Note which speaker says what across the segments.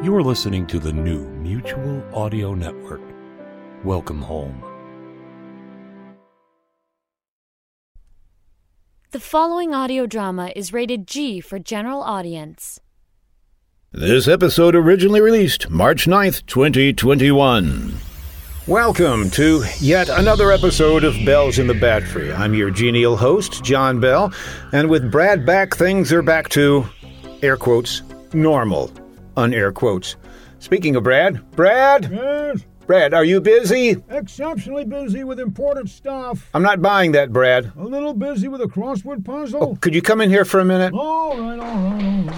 Speaker 1: You are listening to the new Mutual Audio Network. Welcome home.
Speaker 2: The following audio drama is rated G for general audience.
Speaker 3: This episode originally released March 9th, 2021. Welcome to yet another episode of Bells in the Battery. I'm your genial host, John Bell, and with Brad back, things are back to air quotes normal, unair quotes. Speaking of Brad, Brad,
Speaker 4: Yes,
Speaker 3: Brad, are you busy?
Speaker 4: exceptionally busy with important stuff.
Speaker 3: I'm not buying that, Brad.
Speaker 4: A little busy with a crossword
Speaker 3: Oh,
Speaker 4: puzzle.
Speaker 3: could you come in here for a minute?
Speaker 4: All right, all right,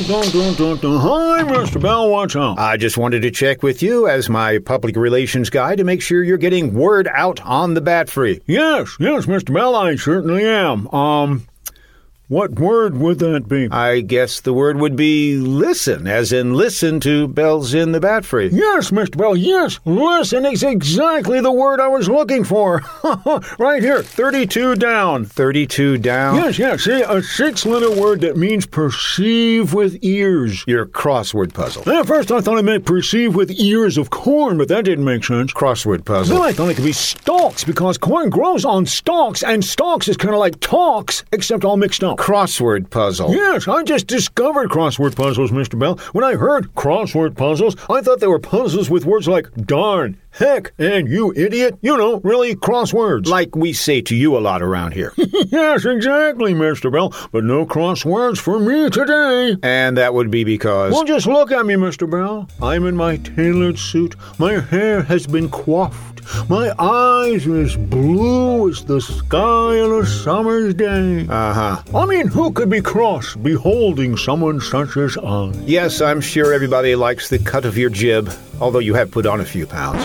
Speaker 4: all right.
Speaker 3: Hi, Mr. Bell, watch out. I just wanted to check with you as my public relations guy to make sure you're getting word out on the bat free.
Speaker 4: Yes, yes, Mr. Bell, I certainly am. Um, what word would that be? Uh,
Speaker 3: I guess the word would be listen, as in listen to Bells in the Bat Free.
Speaker 4: Yes, Mr. Bell, yes. Listen, it's exactly the word I was looking for. right here, 32 down.
Speaker 3: 32 down.
Speaker 4: Yes, yes, see, a six letter word that means perceive with ears.
Speaker 3: Your crossword puzzle.
Speaker 4: At first, I thought I meant perceive with ears of corn, but that didn't make sense.
Speaker 3: Crossword
Speaker 4: Then
Speaker 3: puzzle.
Speaker 4: I thought it could be stalks because corn grows on stalks, and stalks is kind of like talks, except all mixed up.
Speaker 3: Crossword puzzle.
Speaker 4: Yes, I just discovered crossword puzzles, Mr. Bell. When I heard crossword puzzles, I thought they were puzzles with words like darn, heck, and you idiot. You know, really crosswords.
Speaker 3: Like we say to you a lot around here.
Speaker 4: yes, exactly, Mr. Bell. But no crosswords for me today.
Speaker 3: and that would be because.
Speaker 4: Well, just look at me, Mr. Bell. I'm in my tailored suit. My hair has been coiffed. My eyes are as blue as the sky on a summer's day.
Speaker 3: Uh huh.
Speaker 4: I mean, who could be cross beholding someone such as I?
Speaker 3: Yes, I'm sure everybody likes the cut of your jib, although you have put on a few pounds.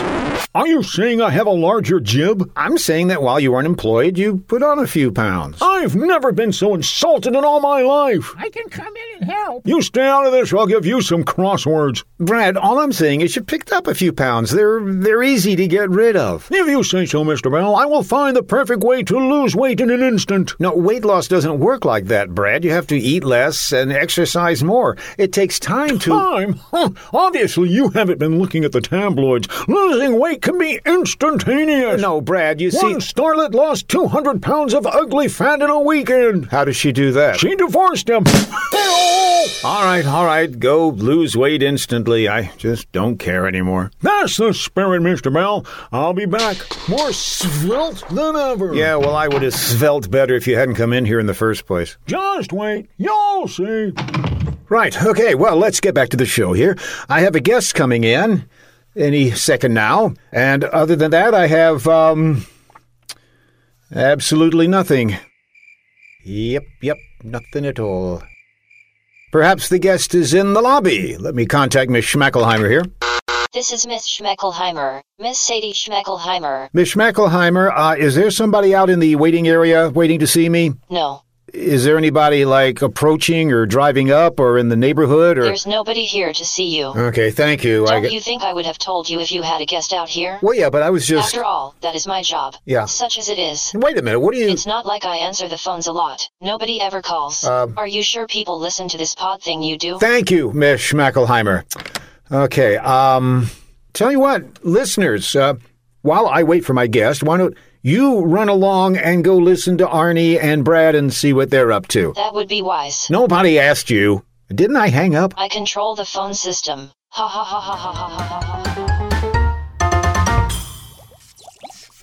Speaker 4: Are you saying I have a larger jib?
Speaker 3: I'm saying that while you were unemployed, you put on a few pounds.
Speaker 4: I've never been so insulted in all my life.
Speaker 5: I can come in and help.
Speaker 4: You stay out of this, or I'll give you some crosswords.
Speaker 3: Brad, all I'm saying is you picked up a few pounds. They're they're easy to get rid of.
Speaker 4: If you say so, Mr. Bell, I will find the perfect way to lose weight in an instant.
Speaker 3: No, weight loss doesn't work like that, Brad. You have to eat less and exercise more. It takes time to
Speaker 4: Time? Huh, Obviously, you haven't been looking at the tabloids. Losing weight can be instantaneous.
Speaker 3: No, Brad, you see
Speaker 4: One starlet lost 200 pounds of ugly fat in a weekend.
Speaker 3: How does she do that?
Speaker 4: She divorced him.
Speaker 3: All right, all right, go lose weight instantly. I just don't care anymore.
Speaker 4: That's the spirit, Mr. Bell. I'll be back more svelte than ever.
Speaker 3: Yeah, well, I would have svelte better if you hadn't come in here in the first place.
Speaker 4: Just wait. You'll see.
Speaker 3: Right. Okay. Well, let's get back to the show here. I have a guest coming in any second now, and other than that, I have um absolutely nothing. Yep, yep, nothing at all. Perhaps the guest is in the lobby. Let me contact Miss Schmackelheimer here.
Speaker 6: This is Miss Schmeckelheimer. Miss Sadie Schmeckelheimer.
Speaker 3: Miss Schmackelheimer, uh, is there somebody out in the waiting area waiting to see me?
Speaker 6: No,
Speaker 3: Is there anybody like approaching or driving up or in the neighborhood or?
Speaker 6: there's nobody here to see you.
Speaker 3: Okay, thank you. I
Speaker 6: Don't
Speaker 3: g-
Speaker 6: you think I would have told you if you had a guest out here?
Speaker 3: well, yeah, but I was just.
Speaker 6: After all, that is my job.
Speaker 3: Yeah.
Speaker 6: Such as it is.
Speaker 3: Wait a minute. What do you?
Speaker 6: It's not like I answer the phones a lot. Nobody ever calls. Are you sure people listen to this pod thing you do?
Speaker 3: Thank you, Miss Schmackelheimer. Okay. Um, tell you what, listeners. Uh, while I wait for my guest, why don't you run along and go listen to Arnie and Brad and see what they're up to?
Speaker 6: that would be wise.
Speaker 3: Nobody asked you. Didn't I hang up?
Speaker 6: I control the phone system. Ha ha ha ha ha ha ha ha ha.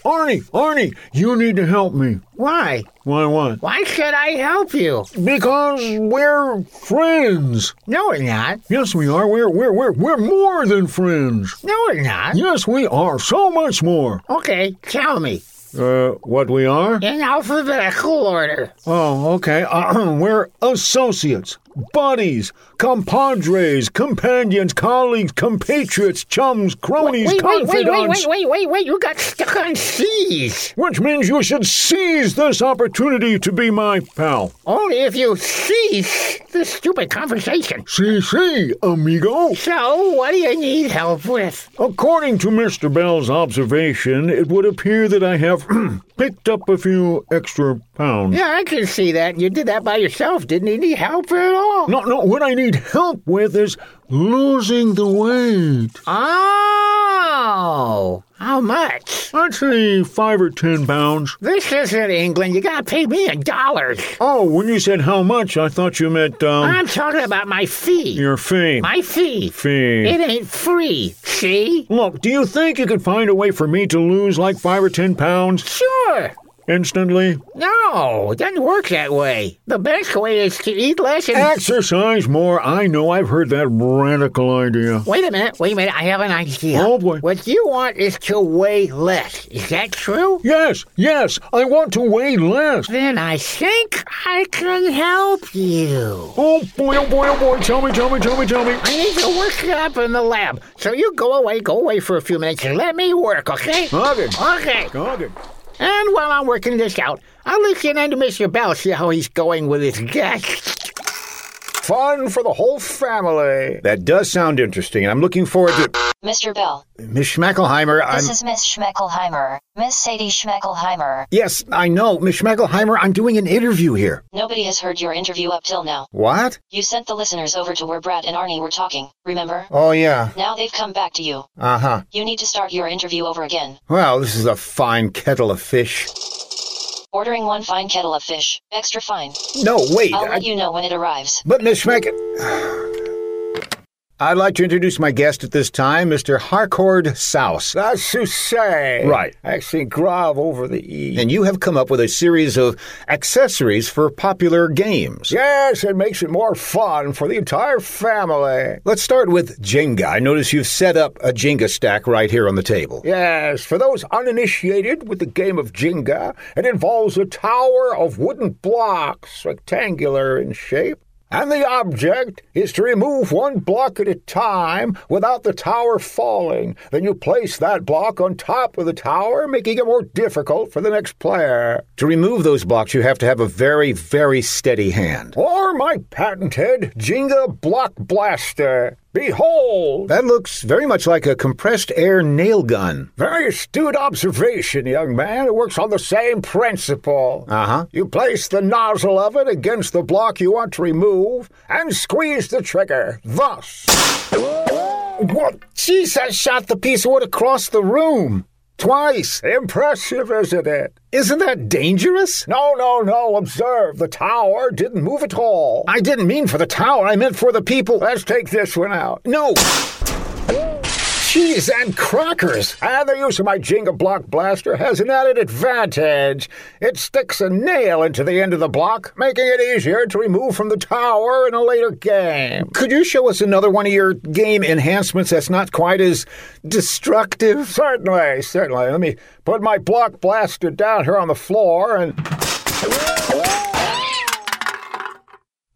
Speaker 4: Arnie, Arnie, you need to help me.
Speaker 5: Why?
Speaker 4: Why what?
Speaker 5: Why should I help you?
Speaker 4: Because we're friends.
Speaker 5: No, we're not.
Speaker 4: Yes, we are. We're we're we're we're more than friends.
Speaker 5: No, we're not.
Speaker 4: Yes, we are. So much more.
Speaker 5: Okay, tell me.
Speaker 4: Uh, what we are?
Speaker 5: In alphabetical order.
Speaker 4: Oh, okay. We're associates, buddies, compadres, companions, colleagues, compatriots, chums, cronies,
Speaker 5: Wait, wait,
Speaker 4: confidants.
Speaker 5: wait, wait, wait, wait, wait, wait. You got stuck on C's.
Speaker 4: Which means you should seize this opportunity to be my pal.
Speaker 5: Only if you cease this stupid conversation.
Speaker 4: See, see, amigo.
Speaker 5: So, what do you need help with?
Speaker 4: According to Mr. Bell's observation, it would appear that I have picked up a few extra pounds.
Speaker 5: Yeah, I can see that. You did that by yourself. Didn't need any help at all.
Speaker 4: No, no, what I need help with is losing the weight.
Speaker 5: Oh, how much?
Speaker 4: I'd say five or ten pounds.
Speaker 5: This isn't England. You gotta pay me in dollars.
Speaker 4: Oh, when you said how much, I thought you meant, um,
Speaker 5: I'm talking about my fee.
Speaker 4: your fee.
Speaker 5: My fee.
Speaker 4: fee.
Speaker 5: It ain't free. See?
Speaker 4: Look, do you think you could find a way for me to lose like five or ten pounds
Speaker 5: Sure.
Speaker 4: instantly?
Speaker 5: No, it doesn't work that way. The best way is to eat less and.
Speaker 4: Exercise more. I know I've heard that radical idea.
Speaker 5: Wait a minute, wait a minute, I have an idea.
Speaker 4: Oh, boy.
Speaker 5: What you want is to weigh less. Is that true?
Speaker 4: Yes, yes, I want to weigh less.
Speaker 5: Then I think I can help you.
Speaker 4: Oh boy, oh boy, oh boy, tell me, tell me, tell me, tell me.
Speaker 5: I need to work it up in the lab. So you go away, go away for a few minutes and let me work, okay?
Speaker 4: Okay.
Speaker 5: Okay.
Speaker 4: Okay.
Speaker 5: And while I'm working this out, I'll listen in to Mr. Bell, see how he's going with his guests.
Speaker 4: Fun for the whole family. That does sound interesting, and I'm looking forward to.
Speaker 6: Mr. Bell,
Speaker 4: Miss Schmeckelheimer, I'm.
Speaker 6: this is Miss Schmeckelheimer. Miss Sadie Schmeckelheimer.
Speaker 4: Yes, I know. Miss Schmeckelheimer, I'm doing an interview here.
Speaker 6: Nobody has heard your interview up till now.
Speaker 4: What?
Speaker 6: You sent the listeners over to where Brad and Arnie were talking, remember?
Speaker 4: Oh, yeah.
Speaker 6: Now they've come back to you.
Speaker 4: Uh huh.
Speaker 6: You need to start your interview over again.
Speaker 4: Well, this is a fine kettle of fish.
Speaker 6: Ordering one fine kettle of fish, extra fine.
Speaker 4: No, wait.
Speaker 6: I'll
Speaker 4: I-
Speaker 6: let you know when it arrives.
Speaker 4: But Miss Schmeck. I'd like to introduce my guest at this time, Mr. Harcourt Souse.
Speaker 3: That's to say.
Speaker 4: Right.
Speaker 3: Actually, grob over the E.
Speaker 4: And you have come up with a series of accessories for popular games.
Speaker 3: Yes, it makes it more fun for the entire family.
Speaker 4: Let's start with Jenga. I notice you've set up a Jenga stack right here on the table.
Speaker 3: Yes, for those uninitiated with the game of Jenga, it involves a tower of wooden blocks, rectangular in shape. And the object is to remove one block at a time without the tower falling. Then you place that block on top of the tower, making it more difficult for the next player.
Speaker 4: To remove those blocks, you have to have a very, very steady hand.
Speaker 3: Or my patented Jenga Block Blaster. Behold!
Speaker 4: That looks very much like a compressed air nail gun.
Speaker 3: Very astute observation, young man. It works on the same principle.
Speaker 4: Uh huh.
Speaker 3: You place the nozzle of it against the block you want to remove and squeeze the trigger. Thus.
Speaker 4: What? Jeez, I shot the piece of wood across the room. Twice.
Speaker 3: Impressive, isn't it?
Speaker 4: Isn't that dangerous?
Speaker 3: No, no, no. Observe, the tower didn't move at all.
Speaker 4: I didn't mean for the tower, I meant for the people.
Speaker 3: Let's take this one out.
Speaker 4: No! Cheese and crackers!
Speaker 3: And Ah, the use of my Jenga block blaster has an added advantage. It sticks a nail into the end of the block, making it easier to remove from the tower in a later game.
Speaker 4: Could you show us another one of your game enhancements that's not quite as destructive?
Speaker 3: Certainly, certainly. Let me put my block blaster down here on the floor and.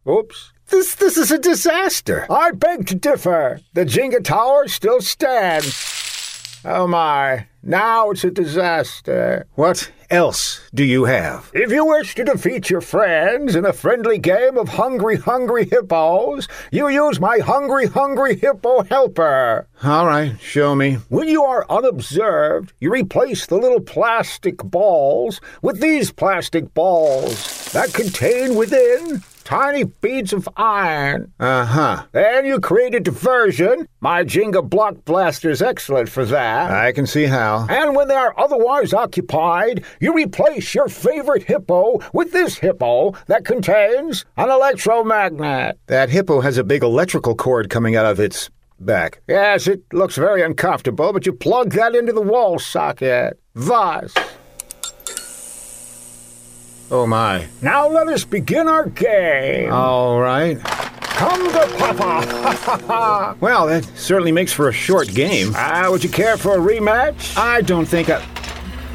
Speaker 3: Oops.
Speaker 4: This this is a disaster.
Speaker 3: I beg to differ. The Jenga Tower still stands. Oh my. Now it's a disaster.
Speaker 4: What else do you have?
Speaker 3: If you wish to defeat your friends in a friendly game of Hungry Hungry Hippos, you use my Hungry Hungry Hippo Helper.
Speaker 4: All right, show me.
Speaker 3: When you are unobserved, you replace the little plastic balls with these plastic balls that contain within tiny beads of iron.
Speaker 4: Uh huh.
Speaker 3: Then you create a diversion. My Jenga Block Blaster is excellent for that.
Speaker 4: I can see how.
Speaker 3: And when they are otherwise occupied, you replace your favorite hippo with this hippo that contains an electromagnet.
Speaker 4: That hippo has a big electrical cord coming out of its back.
Speaker 3: Yes, it looks very uncomfortable, but you plug that into the wall socket. Thus.
Speaker 4: Oh my.
Speaker 3: Now let us begin our game.
Speaker 4: All right.
Speaker 3: Come to Papa.
Speaker 4: Well, that certainly makes for a short game.
Speaker 3: Ah, would you care for a rematch?
Speaker 4: I don't think I.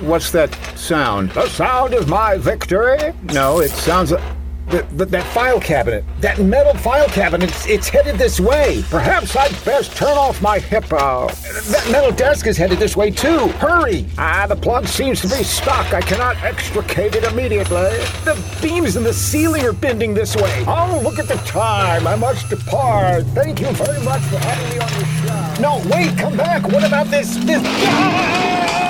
Speaker 4: What's that sound?
Speaker 7: The sound of my victory?
Speaker 4: No, it sounds like.
Speaker 7: uh, Th- th- that file cabinet, that metal file cabinet, it's, it's headed this way. Perhaps I'd best turn off my hippo. That metal desk is headed this way too. Hurry! Ah, the plug seems to be stuck. I cannot extricate it immediately. The beams in the ceiling are bending this way. Oh, look at the time. I must depart. Thank you very much for having me on your show. No, wait, come back. What about this? This. Ah!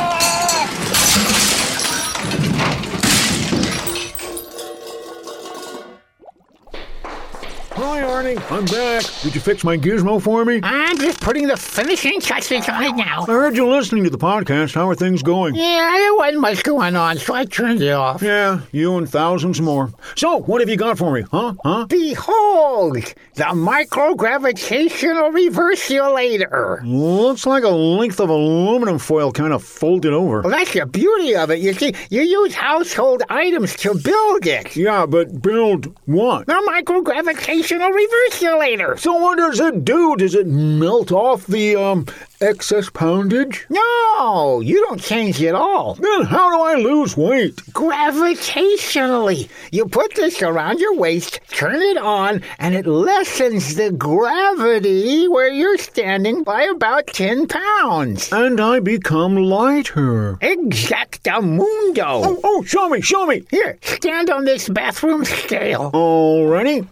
Speaker 4: Hi, Arnie. I'm back. Did you fix my gizmo for me?
Speaker 3: I'm just putting the finishing touches on it now.
Speaker 4: I heard you listening to the podcast. How are things going?
Speaker 3: Yeah, there wasn't much going on, so I turned it off.
Speaker 4: Yeah, you and thousands more. So, what have you got for me? Huh? Huh?
Speaker 3: Behold, the microgravitational reversiolator.
Speaker 4: Looks like a length of aluminum foil kind of folded over.
Speaker 3: Well, that's the beauty of it. You see, you use household items to build it.
Speaker 4: Yeah, but build what?
Speaker 3: The microgravitational reversiolator.
Speaker 4: So what does it do? Does it melt off the um excess poundage?
Speaker 3: No, you don't change at all.
Speaker 4: Then how do I lose weight?
Speaker 3: Gravitationally, you put this around your waist, turn it on, and it lessens the gravity where you're standing by about 10 pounds.
Speaker 4: And I become lighter.
Speaker 3: Exactamundo.
Speaker 4: Oh, oh, show me, show me.
Speaker 3: Here, stand on this bathroom scale.
Speaker 4: Already?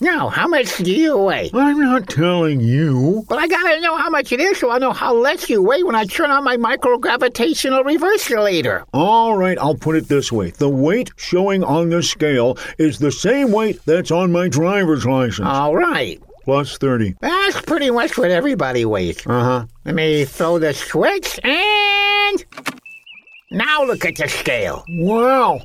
Speaker 3: Now, how much do you weigh?
Speaker 4: I'm not telling you.
Speaker 3: But I gotta know how much it is so I know how less you weigh when I turn on my microgravitational reversolator.
Speaker 4: All right, I'll put it this way. The weight showing on the scale is the same weight that's on my driver's license.
Speaker 3: All right.
Speaker 4: Plus 30.
Speaker 3: That's pretty much what everybody weighs.
Speaker 4: Uh-huh.
Speaker 3: Let me throw the switch and. Now look at the scale.
Speaker 4: Wow.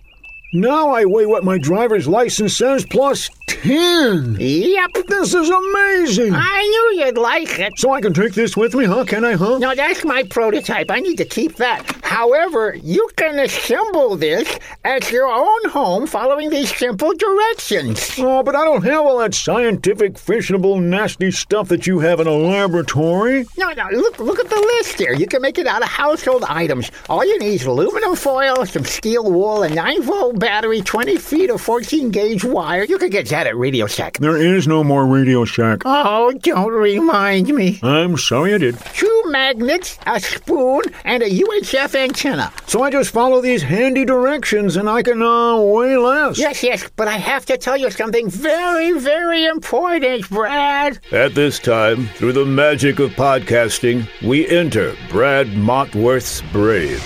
Speaker 4: Now I weigh what my driver's license says plus 10.
Speaker 3: Yep.
Speaker 4: This is amazing.
Speaker 3: I knew you'd like it.
Speaker 4: So I can take this with me, huh? Can I, huh?
Speaker 3: Now that's my prototype. I need to keep that. However, you can assemble this at your own home following these simple directions.
Speaker 4: Oh, but I don't have all that scientific, fissionable, nasty stuff that you have in a laboratory.
Speaker 3: No, no, look, look at the list there. You can make it out of household items. All you need is aluminum foil, some steel wool, a 9 volt battery, 20 feet of 14 gauge wire. You could get that at Radio Shack.
Speaker 4: There is no more Radio Shack.
Speaker 3: Oh, don't remind me.
Speaker 4: I'm sorry I did.
Speaker 3: Two magnets, a spoon, and a UHF antenna.
Speaker 4: So I just follow these handy directions and I can, uh, weigh less.
Speaker 3: Yes, yes, but I have to tell you something very, very important, Brad.
Speaker 4: At this time, through the magic of podcasting, we enter Brad Motworth's brain.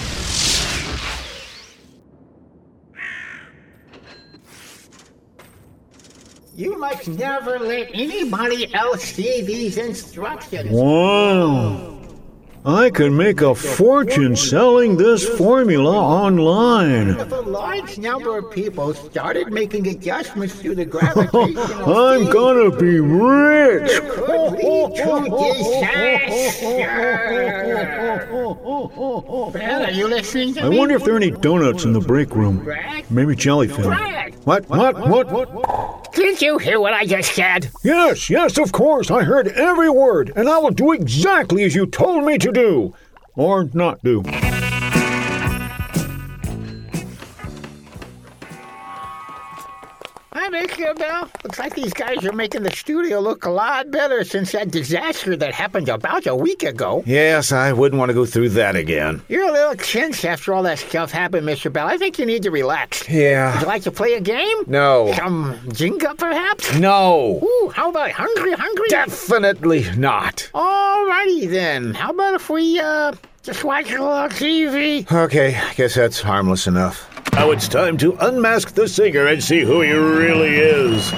Speaker 3: You must never let anybody else see these instructions.
Speaker 4: Wow. I could make a fortune selling this formula online.
Speaker 3: If a large number of people started making adjustments to the gravitational
Speaker 4: I'm
Speaker 3: field,
Speaker 4: gonna be rich.
Speaker 3: it could lead to disaster. Brad, are you listening to
Speaker 4: I
Speaker 3: me?
Speaker 4: wonder if there are any donuts in the break room.
Speaker 3: Brad?
Speaker 4: Maybe jellyfish.
Speaker 3: Brad!
Speaker 4: What? What? What? What?
Speaker 3: Did you hear what I just said?
Speaker 4: Yes, yes, of course. I heard every word, and I will do exactly as you told me to do, or not do.
Speaker 3: Hi, Mr. Bell. Looks like these guys are making the studio look a lot better since that disaster that happened about a week ago.
Speaker 4: Yes, I wouldn't want to go through that again.
Speaker 3: You're a little tense after all that stuff happened, Mr. Bell. I think you need to relax. Would
Speaker 4: Yeah.
Speaker 3: you like to play a game?
Speaker 4: No.
Speaker 3: Some Jenga, perhaps?
Speaker 4: No.
Speaker 3: Ooh, how about Hungry Hungry?
Speaker 4: Definitely not.
Speaker 3: Alrighty then. How about if we, uh, just watch a little TV?
Speaker 4: Okay, I guess that's harmless enough. Now it's time to unmask the singer and see who he really is.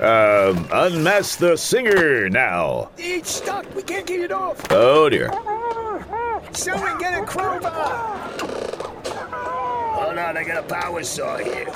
Speaker 4: Um, unmask the singer now.
Speaker 7: It's stuck. We can't get it off.
Speaker 4: Oh dear.
Speaker 7: Someone get a crowbar! Hold on, I got a power saw here.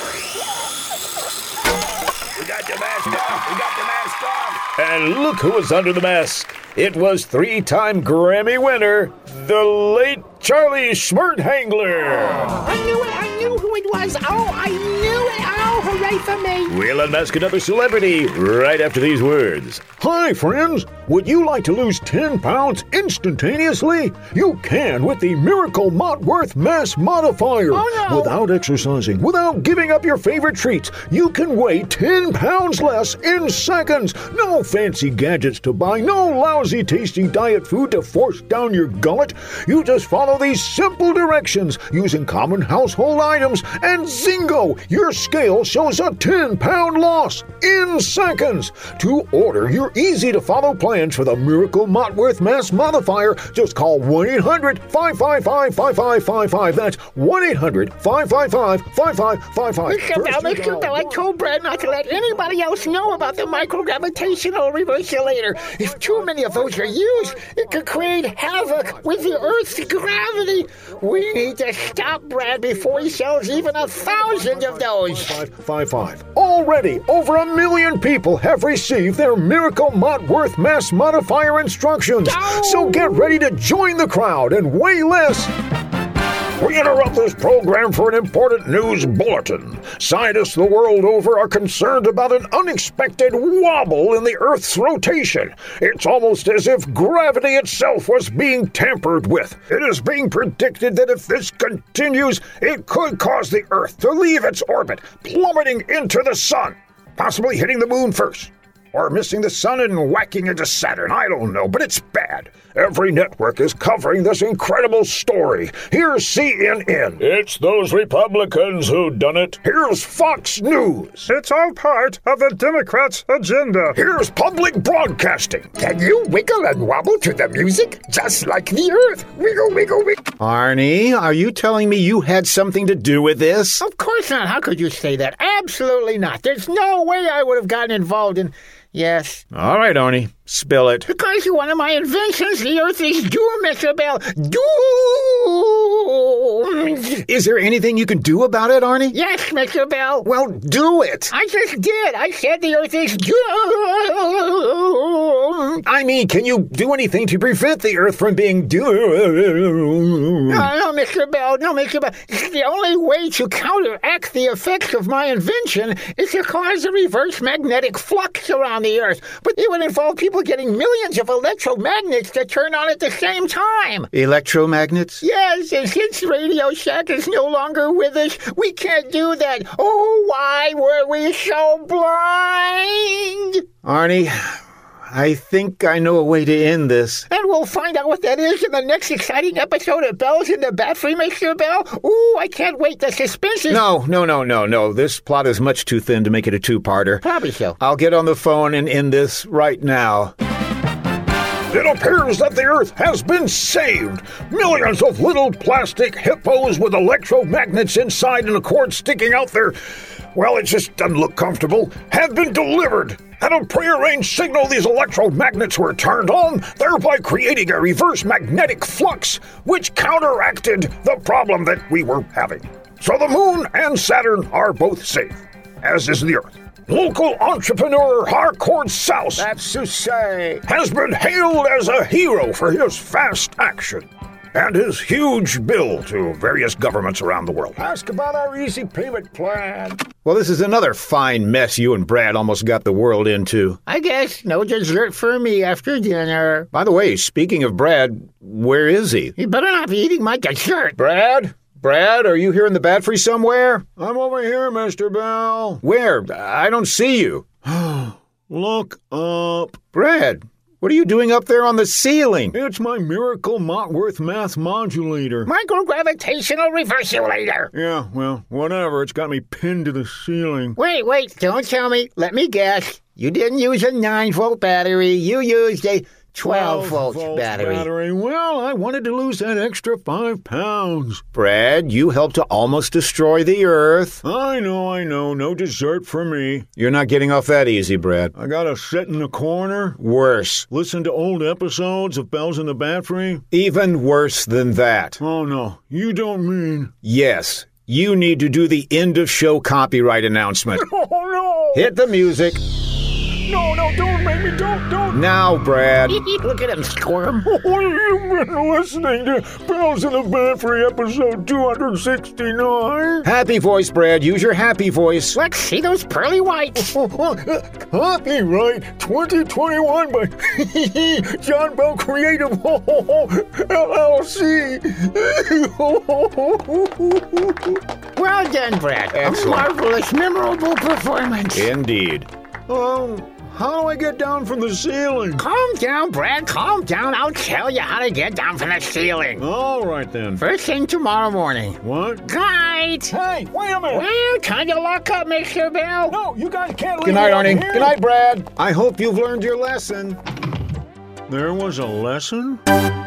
Speaker 7: We got the mask off! We got the mask off!
Speaker 4: And look who was under the mask. It was three time Grammy winner, the late Charlie Smarthangler.
Speaker 5: I knew it! I knew who it was! Oh, I knew it! Oh, hooray for me!
Speaker 4: We'll unmask another celebrity right after these words. Hi, friends. Would you like to lose 10 pounds instantaneously? You can with the Miracle Motworth Mass Modifier.
Speaker 5: Oh, no.
Speaker 4: Without exercising, without giving up your favorite treats, you can weigh 10 pounds less in seconds. No fancy gadgets to buy, no lousy tasty diet food to force down your gullet. You just follow these simple directions using common household items, and zingo, your scale shows a 10 pound loss in seconds. To order your easy to follow plans for the Miracle Motworth Mass Modifier, just call 1 800 555 5555. That's 1 800 555
Speaker 5: Mr. Bell, Mr. Bell, I
Speaker 4: 5555.
Speaker 5: told Brad not to let anybody else know about the microgravitational reverselator. If too many of those are used, it could create havoc with the Earth's gravity. We need to stop Brad before he sells even a thousand of those.
Speaker 4: 555. Already, over a million people have received their Miracle Motworth Mass Modifier instructions. So get ready to join the crowd and weigh less. We interrupt this program for an important news bulletin. Scientists the world over are concerned about an unexpected wobble in the Earth's rotation. It's almost as if gravity itself was being tampered with. It is being predicted that if this continues, it could cause the Earth to leave its orbit, plummeting into the Sun, possibly hitting the Moon first. Or missing the sun and whacking into Saturn. I don't know, but it's bad. Every network is covering this incredible story. Here's CNN. It's those Republicans who done it. Here's Fox News. It's all part of the Democrats' agenda. Here's public broadcasting.
Speaker 5: Can you wiggle and wobble to the music just like the Earth? Wiggle, wiggle, wiggle.
Speaker 3: Arnie, are you telling me you had something to do with this?
Speaker 5: Of course not. How could you say that? Absolutely not. There's no way I would have gotten involved in. Yes.
Speaker 3: All right, Arnie, spill it.
Speaker 5: Because you're one of my inventions, the Earth is doomed, Mr. Bell. Doomed.
Speaker 3: Is there anything you can do about it, Arnie?
Speaker 5: Yes, Mr. Bell.
Speaker 3: Well, do it.
Speaker 5: I just did. I said the Earth is doomed.
Speaker 3: I mean, can you do anything to prevent the Earth from being doomed?
Speaker 5: No, no, Mr. Bell. No, Mr. Bell. The only way to counteract the effects of my invention is to cause a reverse magnetic flux around the Earth. But it would involve people getting millions of electromagnets to turn on at the same time.
Speaker 3: Electromagnets?
Speaker 5: Yes, and since Radio Shack is no longer with us, we can't do that. Oh, why were we so blind?
Speaker 3: Arnie, I think I know a way to end this.
Speaker 5: And we'll find out what that is in the next exciting episode of Bells in the Bat Free, Mr. Bell. Ooh, I can't wait. The suspense is.
Speaker 3: No, no, no, no, no. This plot is much too thin to make it a two parter.
Speaker 5: Probably so.
Speaker 3: I'll get on the phone and end this right now.
Speaker 4: It appears that the Earth has been saved. Millions of little plastic hippos with electromagnets inside and a cord sticking out their. Well, it just doesn't look comfortable. Have been delivered. At a prearranged signal, these electromagnets were turned on, thereby creating a reverse magnetic flux, which counteracted the problem that we were having. So the Moon and Saturn are both safe, as is the Earth. Local entrepreneur Harcourt Souse
Speaker 5: That's to say.
Speaker 4: has been hailed as a hero for his fast action and his huge bill to various governments around the world.
Speaker 5: Ask about our easy payment plan.
Speaker 3: Well, this is another fine mess you and Brad almost got the world into.
Speaker 5: I guess no dessert for me after dinner.
Speaker 3: By the way, speaking of Brad, where is he?
Speaker 5: You better not be eating my dessert.
Speaker 3: Brad? Brad, are you here in the bat free somewhere?
Speaker 4: I'm over here, Mr. Bell.
Speaker 3: Where? I don't see you.
Speaker 4: Look up.
Speaker 3: Brad, what are you doing up there on the ceiling?
Speaker 4: It's my Miracle Motworth Math Modulator.
Speaker 5: Microgravitational reversulator.
Speaker 4: Yeah, well, whatever. It's got me pinned to the ceiling.
Speaker 5: Wait, wait, don't tell me. Let me guess. You didn't use a 9 volt battery. You used a 12 volt battery.
Speaker 4: Well, I wanted to lose that extra five pounds.
Speaker 3: Brad, you helped to almost destroy the earth.
Speaker 4: I know, I know. No dessert for me.
Speaker 3: You're not getting off that easy, Brad.
Speaker 4: I gotta sit in the corner,
Speaker 3: Worse.
Speaker 4: listen to old episodes of Bells in the Battery.
Speaker 3: Even worse than that.
Speaker 4: Oh no, you don't mean.
Speaker 3: Yes, you need to do the end of show copyright announcement.
Speaker 4: Oh no!
Speaker 3: Hit the music.
Speaker 4: No, no, don't make me. Don't, don't.
Speaker 3: Now, Brad.
Speaker 5: Look at him squirm.
Speaker 4: You've been listening to Bells in the Band for episode 269.
Speaker 3: Happy voice, Brad. Use your happy voice.
Speaker 5: Let's see those pearly whites.
Speaker 4: Oh, uh, Copyright 2021 by John Bell Creative LLC.
Speaker 5: Well done, Brad. A
Speaker 3: Excellent.
Speaker 5: marvelous, memorable performance.
Speaker 3: Indeed.
Speaker 4: um, how do I get down from the ceiling?
Speaker 5: Calm down, Brad. Calm down. I'll tell you how to get down from the ceiling.
Speaker 4: All right then.
Speaker 5: First thing tomorrow morning.
Speaker 4: What?
Speaker 5: Night.
Speaker 4: Hey, wait a minute.
Speaker 5: Well, time to lock up, Mr. Bell.
Speaker 4: No, you guys can't leave.
Speaker 3: Good night,
Speaker 4: me out
Speaker 3: Arnie.
Speaker 4: here.
Speaker 3: Good night, Brad. I hope you've learned your lesson.
Speaker 4: There was a lesson?